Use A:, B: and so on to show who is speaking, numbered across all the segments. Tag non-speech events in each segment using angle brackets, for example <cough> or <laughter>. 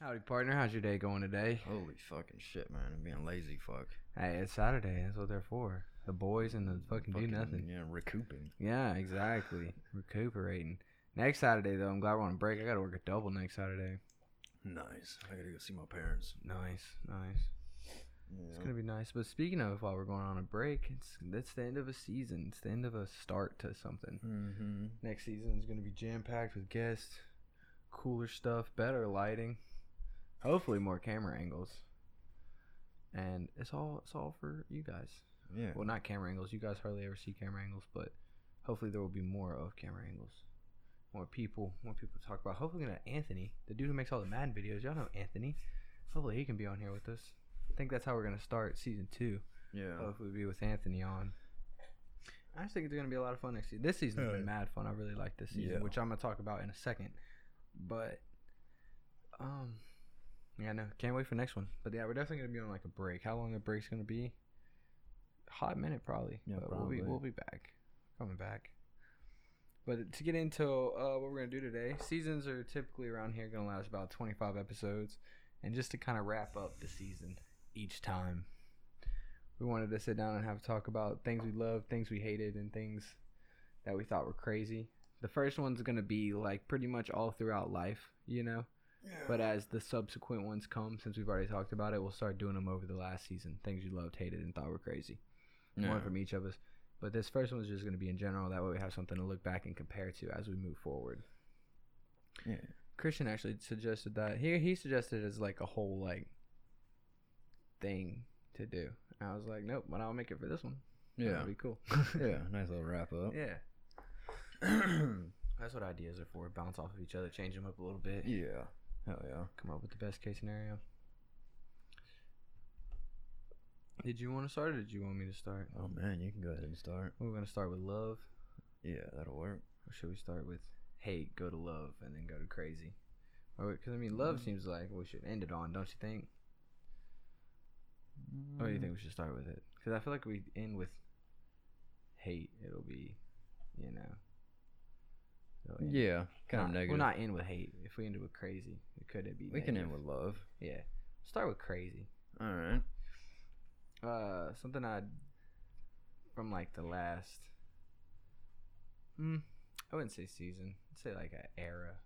A: Howdy, partner. How's your day going today?
B: Holy fucking shit, man. I'm being lazy, fuck.
A: Hey, it's Saturday. That's what they're for. The boys and the fucking, do nothing.
B: Yeah, recouping.
A: Yeah, exactly. Recuperating. Next Saturday, though, I'm glad we're on break. I got to work a double next Saturday.
B: Nice. I gotta go see my parents.
A: Nice, nice. It's gonna be nice. But speaking of, while we're going on a break, it's that's the end of a season. It's the end of a start to something.
B: Mm-hmm.
A: Next season is gonna be jam packed with guests, cooler stuff, better lighting, hopefully more camera angles. And it's all it's all for you guys.
B: Yeah.
A: Well, not camera angles. You guys hardly ever see camera angles, but hopefully there will be more of camera angles. More people, more people to talk about. Hopefully, we're gonna have Anthony, the dude who makes all the Madden videos. Y'all know Anthony. Hopefully, he can be on here with us. I think that's how we're gonna start season two.
B: yeah.
A: Hopefully, we'll be with Anthony on. I just think it's gonna be a lot of fun next season. This season's
B: Yeah.
A: been mad fun. I really like this season,
B: Yeah.
A: which I'm gonna talk about in a second. But, um, yeah, no, can't wait for next one. But yeah, we're definitely gonna be on like a break. How long the break's gonna be? Hot minute probably.
B: Yeah,
A: but
B: probably.
A: We'll be we'll be back, coming back. But to get into uh, what we're gonna do today, seasons are typically around here gonna last about 25 episodes, and just to kind of wrap up the season each time, we wanted to sit down and have a talk about things we loved, things we hated, and things that we thought were crazy. The first one's gonna be like pretty much all throughout life, you know. But uh, as the subsequent ones come, since we've already talked about it, we'll start doing them over the last season. Things you loved, hated, and thought were crazy. One from each of us. But this first one's just going to be in general. That way we have something to look back and compare to as we move forward.
B: Yeah.
A: Christian actually suggested that. He, he suggested it as like a whole like thing to do. I was like, nope, but I'll make it for this one.
B: Yeah. <laughs>
A: That'd be cool.
B: yeah. Nice little wrap up. <clears throat>
A: yeah. That's what ideas are for. Bounce off of each other, change them up a little bit.
B: yeah. Hell yeah.
A: come up with the best case scenario. Did you want to start or did you want me to start?
B: Oh man, you can go ahead and start.
A: We're going to start with love,
B: Yeah, that'll work.
A: or should we start with hate, go to love, and then go to crazy? Because, I mean,
B: Mm.
A: love seems like we should end it on, don't you think? Or do
B: Mm.
A: you think we should start with it? Because I feel like we end with hate, it'll be, you know. it'll end-
B: Mm, Yeah. Kind of
A: not-
B: negative.
A: Well, not end with hate. If we ended with crazy, it could it be?
B: we can end
A: negative?
B: with love.
A: yeah. Start with crazy.
B: All right.
A: uh something I from like the last hmm I wouldn't say season. I'd say like an era.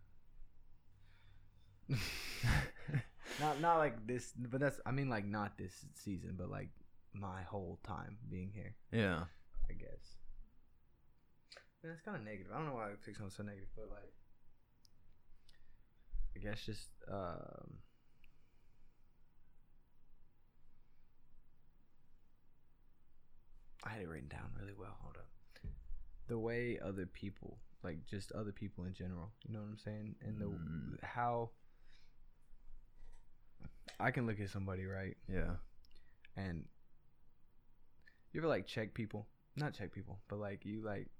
A: <laughs> Not not like this but that's I mean like not this season, but like my whole time being here,
B: yeah.
A: I guess. Man, it's kinda negative. I don't know why I picked something so negative, but like I guess just um I had it written down really well. Hold up. The way other people, like just other people in general, you know what I'm saying, and the
B: Mm.
A: how I can look at somebody right
B: Yeah.
A: and you ever like check people, not check people, but like you like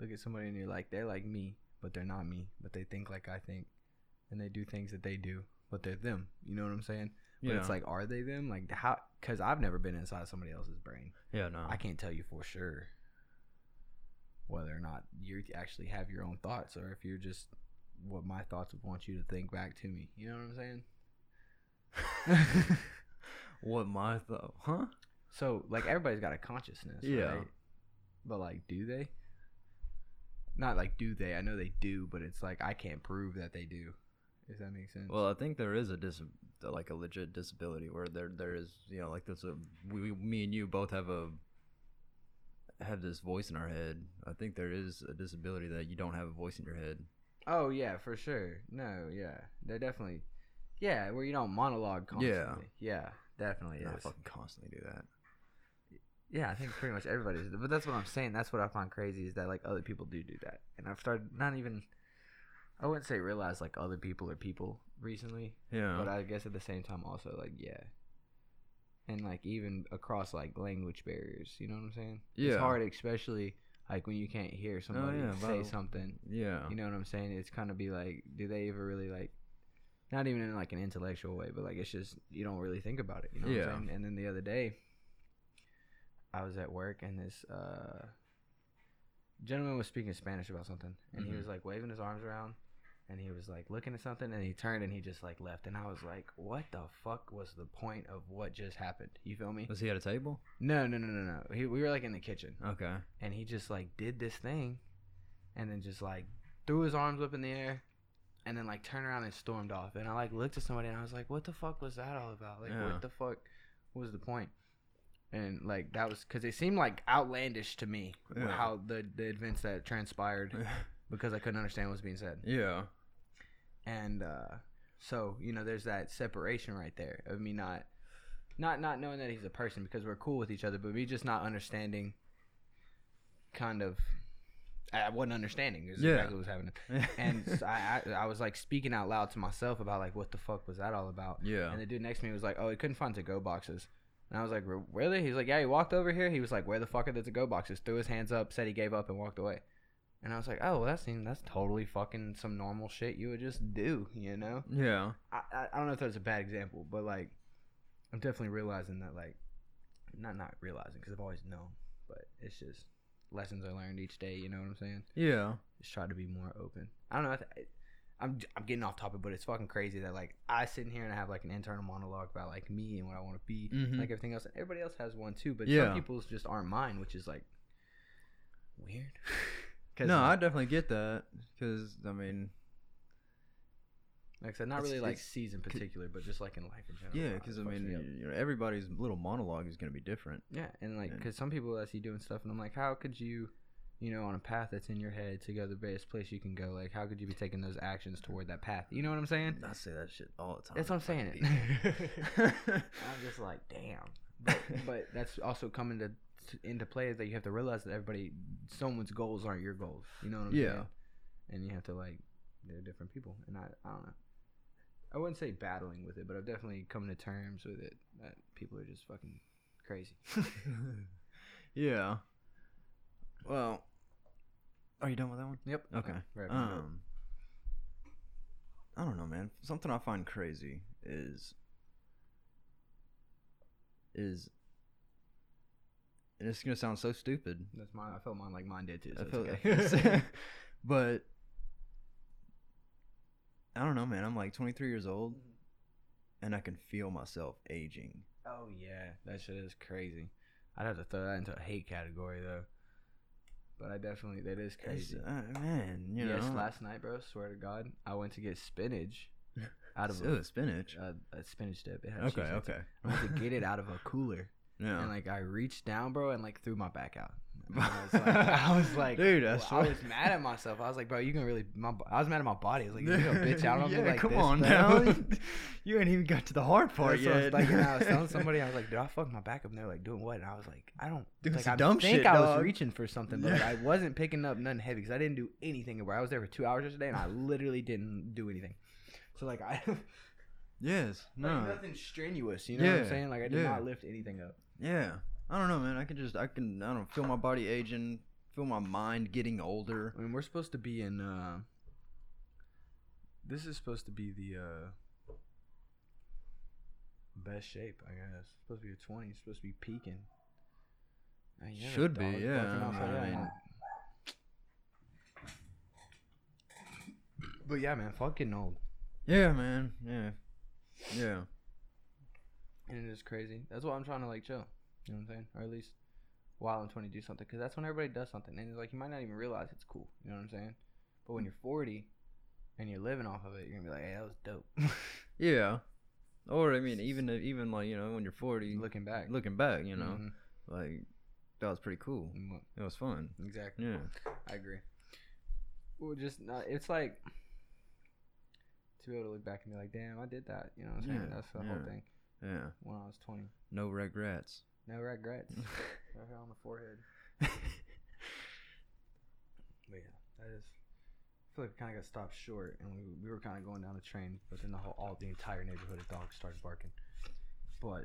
A: look at somebody and you're like they're like me, but they're not me, but they think like I think, and they do things that they do, but they're them. You know what I'm saying? But
B: yeah.
A: it's like, are they them? Like how? Because I've never been inside somebody else's brain.
B: Yeah. No. <laughs>
A: I can't tell you for sure whether or not you actually have your own thoughts or if you're just what my thoughts would want you to think back to me. You know what I'm saying? <laughs>
B: what my thought? Huh?
A: So like everybody's got a consciousness,
B: Yeah.
A: right? But like do they? Not like do they? I know they do, but it's like I can't prove that they do. If that makes sense.
B: Well, uh, I think there is a dis like a legit disability where there there is you know like there's a we, we me and you both have a have this voice in our head. I think there is a disability that you don't have a voice in your head.
A: oh yeah, for sure. No, yeah. They definitely Yeah, where you don't monologue
B: Yeah.
A: constantly. Yeah. definitely
B: And I
A: is.
B: fucking constantly do that.
A: Yeah, I <laughs> think pretty much everybody's. But that's what I'm saying. That's what I find crazy is that like other people do do that, and I've started not even. I wouldn't say realize like other people are people recently,
B: Yeah.
A: but I guess at the same time also like yeah, and like even across like language barriers, you know what I'm saying?
B: Yeah. Oh,
A: it's hard, especially like when you can't hear somebody
B: yeah,
A: say
B: well,
A: something.
B: yeah.
A: You know what I'm saying? It's kind of be like, do they ever really like? Not even in like an intellectual way, but like it's just you don't really think about it. You know what
B: Yeah.
A: I'm saying? And then the other day, I was at work and this uh, gentleman was speaking Spanish about something, and he
B: Mhm.
A: was like waving his arms around, and he was like looking at something and he turned and he just like left and I was like, what the fuck was the point of what just happened? You feel me?
B: Was he at a table?
A: No, no, no, no, no. He, we were like in the kitchen
B: Okay. <laughs>
A: and he just like did this thing and then just like threw his arms up in the air and then like turned around and stormed off and i like looked at somebody and i was like what the fuck was that all about like
B: Yeah.
A: what the fuck was the point and like that was because it seemed like outlandish to me
B: Yeah.
A: how the, the events that transpired because i couldn't understand what was being said
B: yeah. <laughs>
A: and uh, so you know there's that separation right there of me not not not knowing that he's a person because we're cool with each other but me just not understanding kind of i wasn't understanding is
B: Yeah.
A: exactly what was happening and <laughs> so I, I i was like speaking out loud to myself about like what the fuck was that all about
B: yeah.
A: and the dude next to me was like oh he couldn't find to go boxes and I was like, "Re- really? He's like, yeah, he walked over here. He was like, where the fuck are the to-go boxes? Threw his hands up, said he gave up, and walked away. And I was like, oh, well, that seems that's totally fucking some normal shit you would just do, you know?
B: yeah.
A: I, I, I don't know if that's a bad example, but like, I'm definitely realizing that, like, not not realizing because I've always known, but it's just lessons I learned each day. You know what I'm saying?
B: Yeah.
A: Just try to be more open. I don't know. I th- I'm I'm getting off topic, but it's fucking crazy that like I sit in here and I have like an internal monologue about like me and what I want to be,
B: Mhm.
A: like everything else, and everybody else has one too. But
B: Yeah.
A: some people's just aren't mine, which is like weird. <laughs> 'Cause,
B: No, I
A: like,
B: definitely get that because I mean,
A: like I said, not
B: it's-
A: really like
B: it's-
A: seeds in particular, but just like in life in general.
B: yeah,
A: It
B: because I
A: fucks me up.
B: mean, you know, everybody's little monologue is gonna be different.
A: Yeah, and like,
B: And-
A: because some people I see doing stuff, and I'm like, how could you, you know, on a path that's in your head to go the best place you can go? Like, how could you be taking those actions toward that path? You know what I'm saying?
B: I say that shit all the time.
A: That's what I'm saying. I'm just like, damn. <laughs> But,
B: <laughs>
A: but that's also coming to to- into play is that you have to realize that everybody, someone's goals aren't your goals. You know what I'm
B: Yeah.
A: saying? And you have to like, they're different people, and I, I don't know. I wouldn't say battling with it, but I've definitely come to terms with it that people are just fucking crazy.
B: <laughs> yeah. Well, are you done with that one?
A: Yep.
B: Okay.
A: Uh, wrap it up.
B: Um, I don't know, man. Something I find crazy is is and it's gonna sound so stupid.
A: That's mine. I felt mine like mine did too.
B: I
A: So
B: feel
A: <laughs> it's okay.
B: <laughs> but I don't know, man. I'm like 23 years old,
A: Mm-hmm.
B: and I can feel myself aging.
A: oh yeah, that shit is crazy. I'd have to throw that into a hate category though. But I definitely that is
B: It's-
A: crazy.
B: uh, man, you know.
A: yes, last night, bro. Swear to God, I went to get
B: <laughs>
A: spinach out of
B: Ooh,
A: a,
B: spinach.
A: a, a spinach dip. It had
B: Okay,
A: cheese in it.
B: okay.
A: I
B: Oh.
A: went <laughs> to get it out of
B: <laughs>
A: a cooler,
B: Yeah.
A: and like I reached down, bro, and like threw my back
B: <laughs>
A: out. And I was like, I was like
B: Dude,
A: well,
B: that's
A: I
B: right.
A: was mad at myself. I was like, bro, you can really. My, bo- I was mad at my body. I was like, <laughs> you know, bitch,
B: <laughs>
A: I don't
B: yeah,
A: yeah, like
B: come
A: this,
B: on
A: bro.
B: now. <laughs>
A: <laughs>
B: you ain't even got to the hard part
A: That's what I was
B: yet.
A: thinking. I was
B: <laughs>
A: telling somebody, I was like, "Dude, I fucked my back up." And they're like, "Doing what?" And I was like, "I don't
B: Doing
A: like,
B: some
A: I
B: dumb
A: think
B: shit,
A: I
B: dog.
A: was reaching for something, but
B: <laughs> Yeah.
A: I wasn't picking up nothing heavy because I didn't do anything. Bro, I was there for two hours yesterday, and I literally didn't do anything. So like, I <laughs> like,
B: yes. No.
A: nothing strenuous. You know what I'm
B: Yeah,
A: saying? Like, I did
B: yeah.
A: not lift anything up.
B: Yeah. I don't know, man. I can just I can I don't feel my body aging, feel my mind getting older.
A: I mean, we're supposed to be in. uh This is supposed to be the uh best shape, I guess. supposed to be your twenties. Supposed to be peaking. Now, you have a
B: Should be,
A: dog barking
B: yeah,
A: outside,
B: I
A: yeah.
B: mean-
A: But yeah, man, fucking old.
B: Yeah, man. Yeah. Yeah.
A: And it is crazy. That's what I'm trying to like chill. You know what I'm saying? Or at least while I'm 20 do something. Because that's when everybody does something. And it's like you might not even realize it's cool. You know what I'm saying? But when you're 40 and you're living off of it, you're going to be like, hey, that was
B: <laughs>
A: dope.
B: Yeah. Or I mean even even like, you know, when you're 40,
A: Looking back.
B: looking back, you know,
A: Mhm.
B: like that was pretty cool.
A: Mm,
B: It was fun.
A: Exactly.
B: Yeah.
A: I agree. Well, just not, it's like to be able to look back and be like, damn, I did that. You know what I'm saying?
B: Yeah,
A: That's the
B: yeah.
A: whole thing.
B: Yeah.
A: When I was 20.
B: No regrets.
A: No <laughs> regrets. right here on the <laughs> forehead. But yeah, that is. I feel like we kind of got stopped short, and we, we were kind of going down a train, but then the whole all the entire neighborhood of dogs started barking. But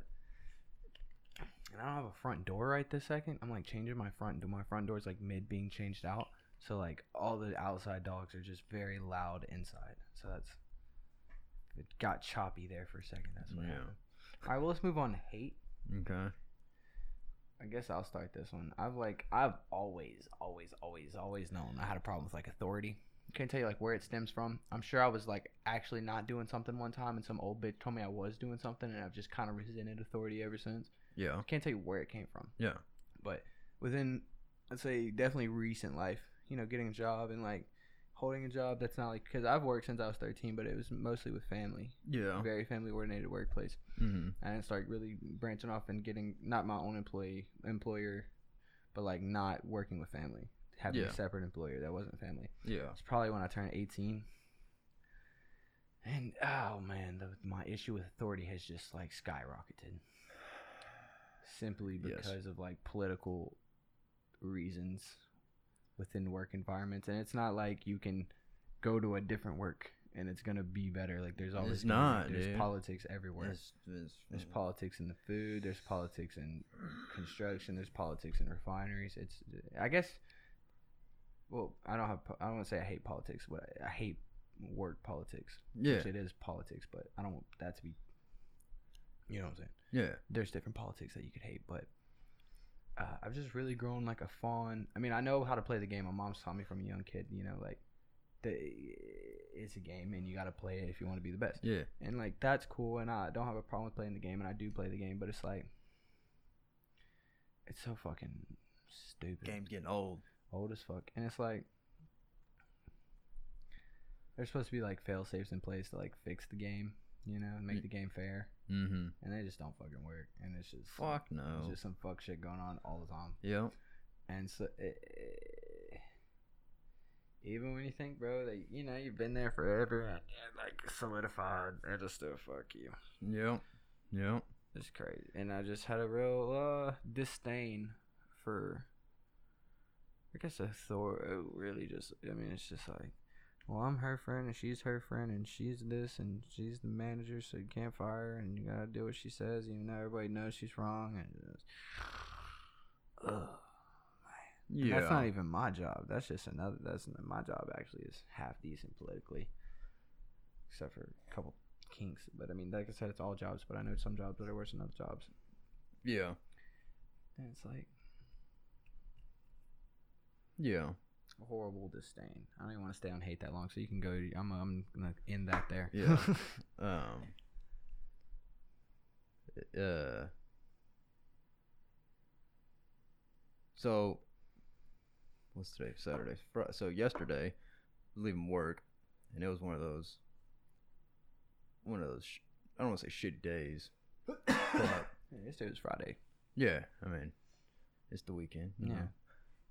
A: and I don't have a front door right this second. I'm like changing my front door. My front door's like mid being changed out, so like all the outside dogs are just very loud inside. So that's it got choppy there for a second. That's what
B: Yeah.
A: happened. All right, well let's move on to hate.
B: okay.
A: I guess I'll start this one. I've like I've always, always, always, always known I had a problem with like authority. can't tell you like where it stems from. I'm sure I was like actually not doing something one time, and some old bitch told me I was doing something, and I've just kind of resented authority ever since.
B: Yeah.
A: I can't tell you where it came from.
B: Yeah.
A: But within, I'd say definitely recent life, you know, getting a job and like holding a job that's not like because I've worked since I was 13, but it was mostly with family,
B: Yeah.
A: very family oriented workplace.
B: Mm-hmm.
A: And it's like really branching off and getting not my own employee employer, but like not working with family, having
B: Yeah.
A: a separate employer that wasn't family.
B: Yeah.
A: It's probably when I turned 18. And oh man, the, my issue with authority has just like skyrocketed. Simply
B: Yes.
A: because of like political reasons within work environments. And it's not like you can go to a different work and it's going to be better. Like there's always
B: It's
A: gonna
B: not,
A: be, there's
B: dude.
A: politics everywhere.
B: It's, it's,
A: There's politics in the food. There's politics in construction. There's politics in refineries. It's I guess. Well, I don't have. po- I don't want to say I hate politics, but I, I hate word politics.
B: yeah.
A: Which it is politics, but I don't want that to be. You know what I'm saying?
B: Yeah.
A: There's different politics that you could hate, but uh, I've just really grown like a fawn. I mean, I know how to play the game. My mom's taught me from a young kid. You know, like the, it's a game, and you got to play it if you want to be the best
B: Yeah.
A: and like that's cool and i don't have a problem with playing the game and i do play the game but it's like it's so fucking stupid
B: Game's getting old.
A: old as fuck and it's like there's supposed to be like fail safes in place to like fix the game you know and make
B: Ye-
A: the game fair
B: Mm-hmm.
A: and they just don't fucking work and it's just some-
B: Fuck no.
A: it's just some fuck shit going on all the time
B: yeah.
A: and so it, even when you think bro that you know you've been there forever and, and like solidified and just still fuck you
B: Yeah. Yeah.
A: It's crazy. And I just had a real uh, disdain for, I guess, authority. Really, just, I mean, it's just like, well, I'm her friend and she's her friend and she's this and she's the manager, so you can't fire her and you gotta do what she says, even though everybody knows she's wrong. And it's just, ugh.
B: Yeah.
A: That's not even my job. That's just another. That's n- my job. Actually, is half decent politically, except for a couple kinks. But I mean, like I said, it's all jobs. But I know some jobs that are worse than other jobs.
B: yeah.
A: And it's like
B: Yeah.
A: horrible disdain. I don't even want to stay on hate that long. So you can go. I'm. I'm gonna end that there. <laughs>
B: Yeah. Um. Uh. So, what's today? Saturday. Fri- So yesterday, leaving work, and it was one of those, one of those. Sh- I don't want to say shitty days, <laughs> but
A: Yeah, yesterday was Friday.
B: yeah. I mean, it's the weekend. you
A: Yeah.
B: know.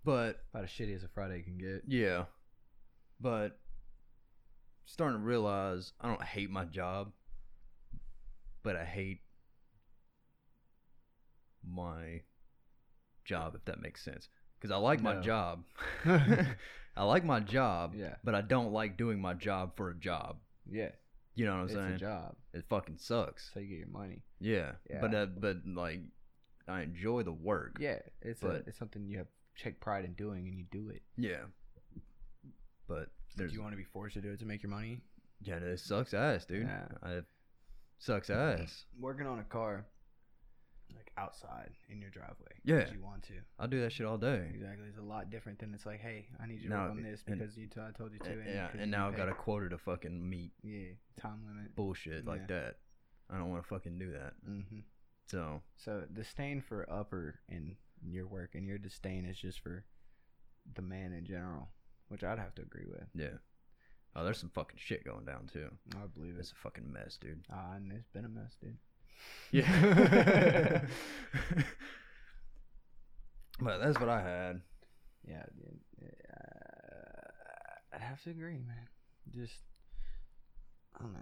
B: But
A: About as shitty as a Friday can get.
B: yeah. But starting to realize I don't hate my job, but I hate my job if that makes sense. Cuz I like my
A: No. <laughs>
B: job. <laughs> I like my job,
A: Yeah.
B: but I don't like doing my job for a job.
A: Yeah.
B: You know what I'm
A: It's
B: saying?
A: a job.
B: It fucking sucks.
A: So you get your money.
B: Yeah. But
A: Yeah.
B: uh, but like I enjoy the work.
A: Yeah. It's a,
B: But-
A: it's something you have take pride in doing, and you do it.
B: Yeah. But there's
A: do you want to be forced to do it to make your money?
B: Yeah, it sucks ass, dude.
A: Yeah.
B: It sucks ass.
A: working on a car like outside in your driveway
B: Yeah.
A: if you want to
B: I do that shit all day.
A: exactly it's a lot different than it's like hey i need you to
B: No,
A: work on this
B: and-
A: because you t- i told you to
B: And,
A: and
B: yeah,
A: 'cause you
B: and now I've got
A: didn't
B: a quota to fucking meet
A: pay." yeah time limit
B: bullshit
A: Yeah.
B: like that. I don't want to fucking do that.
A: hmm
B: So
A: so disdain for upper in your work and your disdain is just for the man in general which i'd have to agree with
B: yeah. Oh, there's some fucking shit going down too.
A: i believe it
B: It's a fucking mess,
A: <laughs>
B: dude.
A: Ah, and it's been a mess dude
B: Yeah. <laughs> but that's what I had.
A: Yeah, dude. Uh, I'd have to agree, man. Just, I don't know.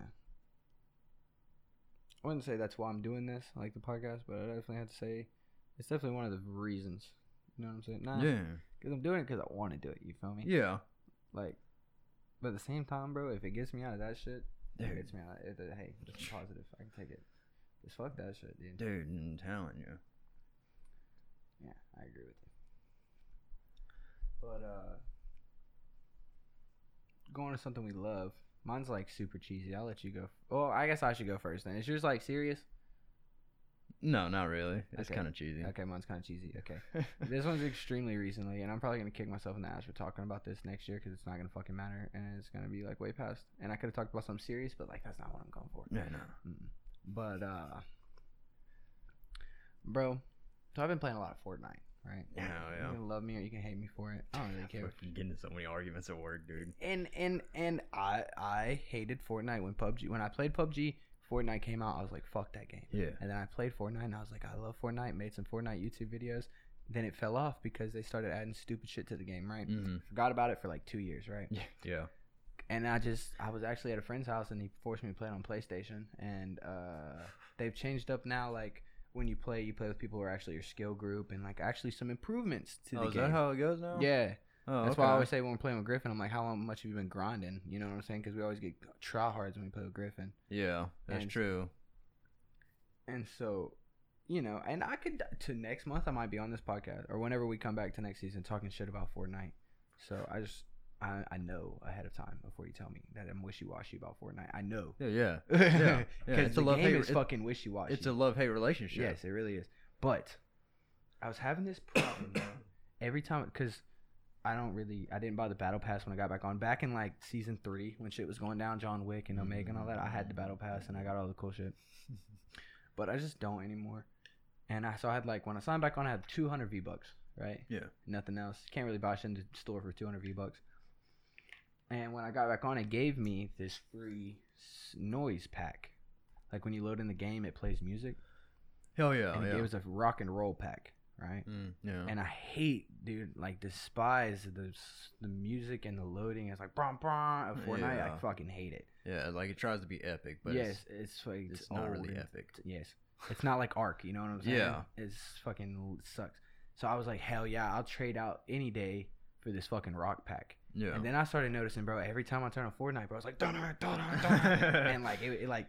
A: I wouldn't say that's why I'm doing this, like the podcast, but I definitely have to say it's definitely one of the reasons. You know what I'm saying? Nah,
B: Yeah.
A: because I'm doing it because I want to do it. You feel me?
B: Yeah.
A: Like, but at the same time, bro, if it gets me out of that shit, it
B: Dude.
A: gets me out. Of it, hey, it's positive. I can take it. Just fuck that shit, dude.
B: Dude, I'm telling you.
A: Yeah, I agree with you. But uh going to something we love. Mine's like super cheesy. I'll let you go. Well, I guess I should go first then. Is yours like serious?
B: No, not really. It's
A: Okay.
B: kind of cheesy.
A: Okay, mine's kind of cheesy. Okay. this one's extremely recently, and I'm probably gonna kick myself in the ass for talking about this next year because it's not gonna fucking matter, and it's gonna be like way past. And I could have talked about something serious, but like that's not what I'm going for.
B: yeah, <laughs> no.
A: Mm. But uh, bro, so I've been playing a lot of Fortnite, right?
B: Yeah, yeah.
A: You can love me or you can hate me for it. I don't really care.
B: Fucking getting into so many arguments at work, dude.
A: And and and I I hated Fortnite when PUBG when I played PUBG. Fortnite came out. I was like, fuck that game.
B: Yeah.
A: And then I played Fortnite and I was like, I love Fortnite, made some Fortnite YouTube videos. Then it fell off because they started adding stupid shit to the game, right?
B: Mm-hmm.
A: Forgot about it for like two years, right?
B: <laughs> Yeah. Yeah.
A: And I just, I was actually at a friend's house and he forced me to play it on PlayStation. And uh, they've changed up now, like when you play, you play with people who are actually your skill group and like actually some improvements to the
B: Oh, is
A: game.
B: that how it goes now?
A: yeah,
B: Oh,
A: that's why I
B: okay.
A: always say when we're playing with Griffin, I'm like, how long- much have you been grinding? You know what I'm saying? Because we always get tryhards when we play with Griffin.
B: Yeah, that's
A: And-
B: true.
A: And so, you know, and I could to next month I might be on this podcast or whenever we come back to next season talking shit about Fortnite. So I just I, I know ahead of time before you tell me that I'm wishy washy about Fortnite. I know
B: Yeah, yeah.
A: because <laughs>
B: yeah, it's a
A: the
B: love
A: game
B: hate-
A: is
B: it-
A: fucking wishy washy.
B: It's a love hate relationship.
A: yes, it really is. But I was having this <coughs> problem bro. every time because. I don't really. I didn't buy the battle pass when I got back on. Back in like season three, when shit was going down, John Wick and Omega and all that, I had the
B: Mm-hmm.
A: battle pass and I got all the cool
B: <laughs>
A: shit but I just don't anymore. And I so I had like when I signed back on, I had 200 V bucks, right?
B: Yeah.
A: Nothing else. Can't really buy shit in the store for 200 V bucks. And when I got back on, it gave me this free s- noise pack. Like when you load in the game, it plays music.
B: <coughs> Hell yeah.
A: and it
B: Oh, yeah.
A: gave us a rock and roll pack, right?
B: Mm, yeah.
A: And I hate, dude, like despise the s- the music and the loading. It's like brom brom of Fortnite. I
B: Yeah.
A: fucking hate it.
B: yeah, like it tries to be epic, but
A: yes,
B: it's,
A: it's, like
B: it's, not really
A: old.
B: epic.
A: Yes. It's not like Ark, you know what I'm saying?
B: Yeah.
A: It's fucking l- sucks. So I was like, hell yeah, I'll trade out any day for this fucking rock pack.
B: Yeah.
A: And then I started noticing, bro, every time I turn on Fortnite, bro, I was like, dunner, dunner,
B: <laughs>
A: dunner. and like, it, it like,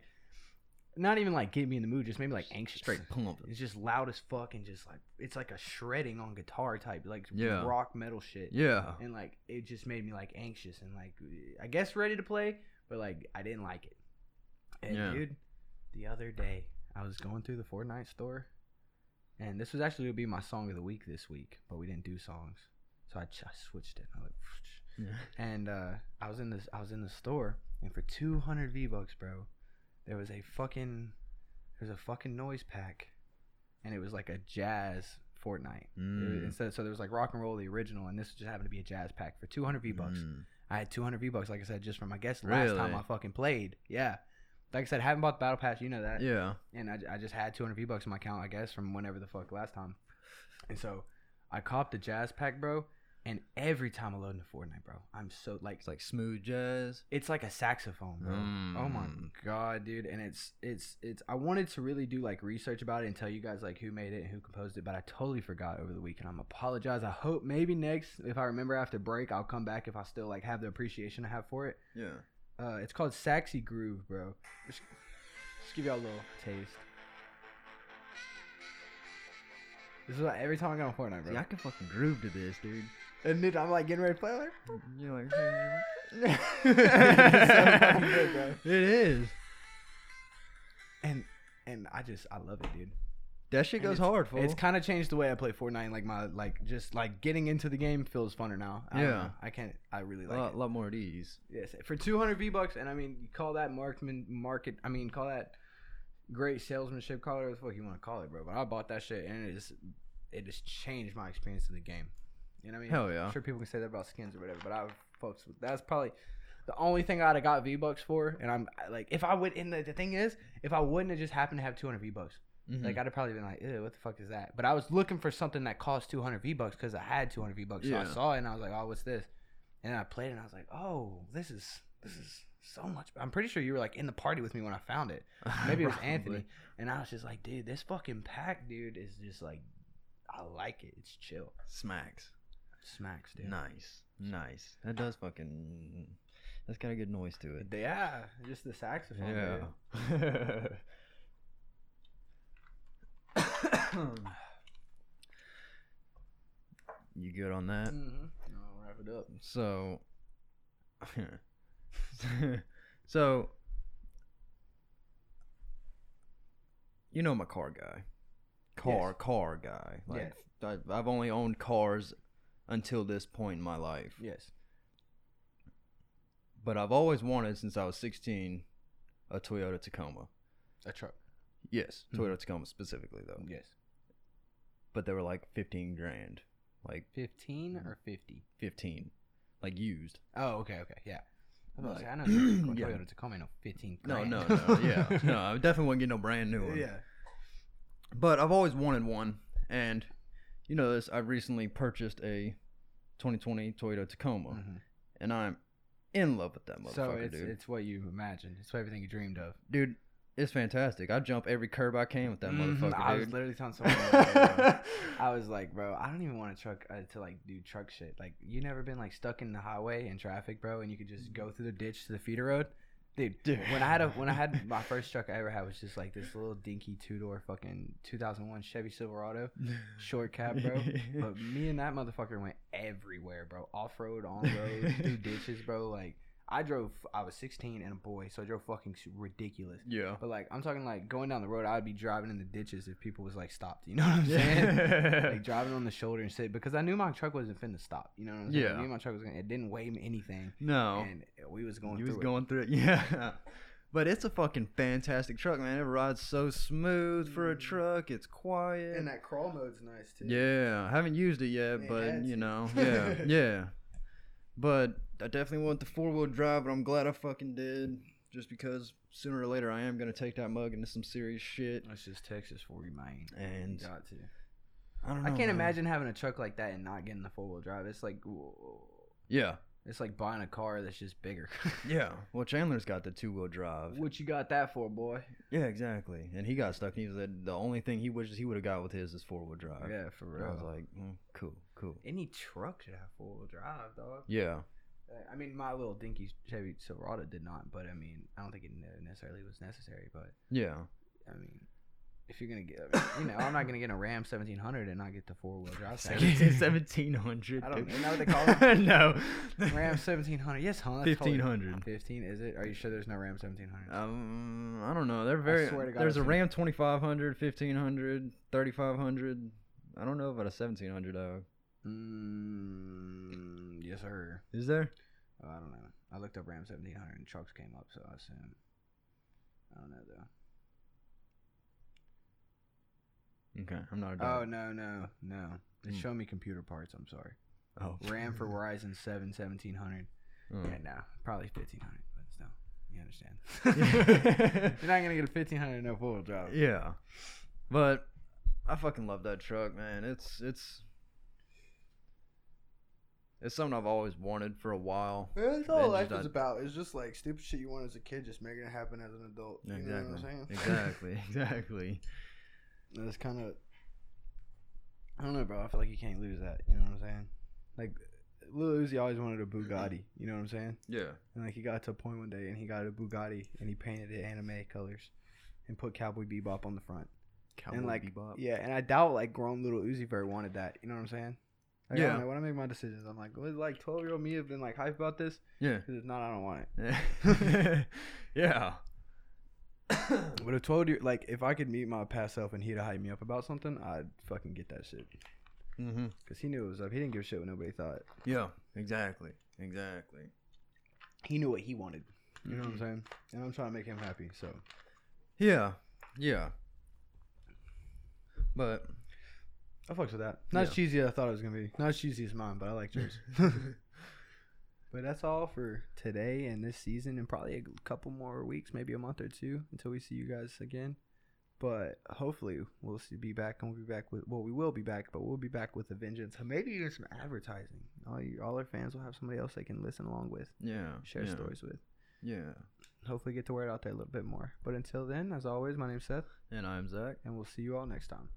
A: not even like get me in the mood, just made me like anxious.
B: straight pump.
A: It's just loud as fuck and just like, it's like a shredding on guitar type, like
B: Yeah.
A: rock metal shit. <laughs>
B: <laughs> Yeah.
A: And like, it just made me like anxious and like, I guess ready to play, but like, I didn't like it. And
B: Yeah.
A: dude, the other day I was going through the Fortnite store, and this was actually gonna be my song of the week this week, but we didn't do songs, so I, ch- I switched it. I like, and uh, I was in this, I was in the store, and for two hundred V bucks, bro, there was a fucking, there was a fucking noise pack, and it was like a jazz Fortnite. It was-
B: Mm.
A: Instead, so there was like rock and roll, the original, and this just happened to be a jazz pack for two hundred V bucks.
B: Mm.
A: I had 200 V bucks, like I said, just from I guess last time
B: Really?
A: I fucking played. Yeah, like I said, I haven't bought the battle pass. You know that.
B: Yeah.
A: And I, I just had 200 V bucks in my account, I guess, from whenever the fuck last time. And so I copped the jazz pack, bro. And every time I load into Fortnite, bro, I'm so like
B: It's like smooth jazz.
A: it's like a saxophone, bro. Oh my
B: Mm.
A: god, dude! And it's it's it's. I wanted to really do like research about it and tell you guys like who made it and who composed it, but I totally forgot over the weekend. I'm apologize. I hope maybe next, if I remember after break, I'll come back if I still like have the appreciation I have for it.
B: Yeah.
A: Uh, it's called Saxy Groove, bro. Just, just give y'all a little taste. This is what every time I go on Fortnite, bro.
B: See, I can fucking groove to this, dude.
A: And then I'm like getting ready to play. I'm <laughs> Like,
B: You like?
A: <laughs>
B: <laughs>
A: fucking good, bro.
B: It is.
A: and and I just I love it, dude.
B: That shit
A: And
B: goes hard, fool.
A: It's kind of changed the way I play Fortnite. Like my like just like getting into the game feels funner now. I don't
B: Yeah.
A: know. I can't. I really
B: a
A: like
B: lot,
A: it.
B: lot more at ease.
A: Yes, for 200 V bucks, and I mean, you call that markman market. I mean, call that great salesmanship. Call it whatever the fuck you want to call it, bro. But I bought that shit, and it just it just changed my experience of the game. You know what I mean?
B: Hell yeah.
A: I'm sure people can say that about skins or whatever, but I fucks with that's probably the only thing I'd have got V bucks for. And I'm I- like, if I would, and the, the thing is, if I wouldn't have just happened to have 200 V bucks,
B: Mhm. <laughs>
A: like I'd have probably been like, Ew, what the fuck is that? But I was looking for something that cost 200 V bucks because I had 200 V bucks. So I
B: Yeah.
A: saw it and I was like, oh, what's this? And I played it and I was like, oh, this is this is so much. I'm pretty sure you were like in the party with me when I found
B: <laughs>
A: it. Maybe it was
B: Probably.
A: Anthony. And I was just like, dude, this fucking pack, dude, is just like, I like it. It's chill.
B: Smacks.
A: Smacks, dude.
B: Nice, nice. That does fucking. That's got a good noise to it.
A: Yeah, just the saxophone. dude.
B: <coughs> <laughs> you good on that?
A: Mhm. I'll wrap it up.
B: So, <laughs> so, you know, I'm a car guy. car car guy. Like I, I've only owned cars until this point in my life.
A: Yes.
B: But I've always wanted since I was 16 a Toyota Tacoma.
A: A truck.
B: Yes,
A: Mhm.
B: Toyota Tacoma specifically though.
A: Yes.
B: But they were like 15 grand, like
A: 15
B: Mm-hmm.
A: or 50?
B: 15, like used.
A: Oh, okay, okay. Yeah. I was about to say, I know
B: Like- <clears throat>
A: Toyota
B: Yeah.
A: Toyota Tacoma ain't no 15
B: No,
A: grand. <laughs>
B: no, no. Yeah, no. <laughs> I definitely wouldn't get no brand new one.
A: yeah.
B: But I've always wanted one, and you know this. I recently purchased a 2020 Toyota Tacoma,
A: Mhm.
B: and I'm in love with that motherfucker,
A: So it's,
B: dude.
A: it's what you imagined. It's what everything you dreamed of.
B: dude, it's fantastic. I jump every curb I can with that
A: Mhm.
B: motherfucker,
A: I was
B: dude.
A: literally
B: <laughs>
A: telling someone. the other day, bro. I was like, bro, I don't even want to truck uh, to like do truck shit. Like, you never been like stuck in the highway in traffic, bro, and you could just go through the ditch to the feeder road, dude.
B: Dude.
A: When I had a when I had
B: <laughs>
A: my <laughs> first truck I ever had was just like this little dinky two door fucking 2001 Chevy Silverado short cab,
B: <laughs>
A: bro. But me and that motherfucker went everywhere, bro. Off road, on
B: <laughs>
A: road, through ditches, bro. Like I drove, I was 16 and a boy, so I drove fucking s- ridiculous.
B: yeah.
A: But like I'm talking like going down the road, I would be driving in the ditches if people was like stopped. You know what I'm saying?
B: <laughs>
A: like driving on the shoulder and shit because I knew my truck wasn't finna stop. You know what I'm saying?
B: Yeah.
A: I knew my truck was gonna. It didn't weigh me anything,
B: no.
A: and we was going
B: You
A: through
B: was going through it, <laughs> yeah. But it's a fucking fantastic truck, man. It rides so smooth for a
A: Mhm.
B: truck. It's quiet.
A: it. that crawl mode's nice
B: yeah, I haven't used it yet,
A: Man,
B: but
A: that's- <laughs>
B: you know, yeah, yeah. But I definitely want the four wheel drive, but I'm glad I fucking did. Just because sooner or later I am gonna take that mug into some serious shit.
A: That's just Texas for you, man. You
B: And
A: got to.
B: I don't know.
A: I can't
B: man.
A: imagine having a truck like that and not getting the four wheel drive. It's like whoa.
B: Yeah,
A: it's like buying a car that's just
B: <laughs>
A: bigger.
B: yeah. Well, Chandler's got the two wheel drive.
A: what you got that for, boy?
B: Yeah, exactly. And he got stuck. And he said the only thing he wishes he would have got with his is four wheel drive.
A: Yeah, for
B: And I Uh, was
A: real.
B: like, mm, cool, cool.
A: Any truck should have four wheel drive, dog.
B: Yeah.
A: I mean, my little dinky Chevy Silverado did not, but I mean, I don't think it ne- necessarily was necessary. But
B: Yeah.
A: I mean, if you're gonna get, I mean, you know, I'm not gonna get a Ram 1700 and not get the four
B: <laughs>
A: wheel drive. package.
B: Seventeen hundred.
A: I don't- isn't that what
B: <laughs>
A: they
B: no.
A: <laughs> Ram 1700, yes, huh? That's totally-
B: 1500.
A: 15, is it? Are you sure there's no Ram 1700?
B: <laughs> Um, I don't know. They're very.
A: swear to God,
B: there's
A: I've
B: a
A: seen-
B: Ram 2500, 1500, 3500. I don't know about a 1700 though.
A: Mm, yes, sir.
B: Is there?
A: Oh, I don't know. I looked up Ram 1700 and trucks came up, so I assume. I don't know though.
B: Okay, I'm not a
A: Oh
B: dog.
A: no, no, no! It's
B: Hmm.
A: showing me computer parts. I'm sorry.
B: Oh,
A: Ram
B: <laughs>
A: for Verizon 7 1700.
B: Oh.
A: Yeah, no, probably fifteen hundred, but still, you
B: <laughs>
A: understand. <laughs> You're not gonna get a fifteen hundred no four wheel drive.
B: Yeah, but I fucking love that truck, man. It's it's it's something I've always wanted for a while.
A: That's
B: all Then life just is I-
A: about. It's just like stupid shit you want as a kid, just making it happen as an adult. <laughs>
B: exactly, <laughs> exactly.
A: That's kind of. I don't know, bro. I feel like you can't lose that. You know what I'm saying? Like, Lil Uzi always wanted a Bugatti. You know what I'm saying?
B: Yeah,
A: And like, he got to a point one day, and he got a Bugatti, and he painted it anime colors, and put Cowboy Bebop on the front.
B: Cowboy
A: and like
B: Bebop.
A: yeah, and I doubt like grown little Uzi Vert wanted that. You know what I'm saying? Like, I
B: Yeah.
A: don't know, when I make my decisions, I'm like, would like 12 year old me have been like hype about this?
B: yeah.
A: Because if not, I don't want it. <laughs> <coughs>
B: yeah.
A: But if 12 year like if I could meet my past self and he'd have hyped me up about something, I'd fucking get that shit.
B: hmm
A: Cause he knew it was up. He didn't give a shit what nobody thought.
B: Yeah. Exactly. Exactly.
A: He knew what he wanted. You know what I'm
B: Mm-hmm.
A: saying? And I'm trying to make him happy. So
B: Yeah. Yeah. But
A: I fucks with that. Not as
B: Yeah.
A: cheesy as I thought it was gonna be. Not as cheesy as mine, but I like
B: <laughs>
A: yours. <laughs> But that's all for today and this season, and probably a couple more weeks, maybe a month or two, until we see you guys again. But hopefully, we'll see, be back, and we'll be back with well, we will be back, but we'll be back with a vengeance. Maybe even some advertising. All you, all our fans will have somebody else they can listen along with,
B: yeah.
A: share
B: yeah,
A: stories with.
B: Yeah.
A: Hopefully, get the word out there a little bit more. But until then, as always, my name's Seth,
B: And I'm Zach.
A: and we'll see you all next time.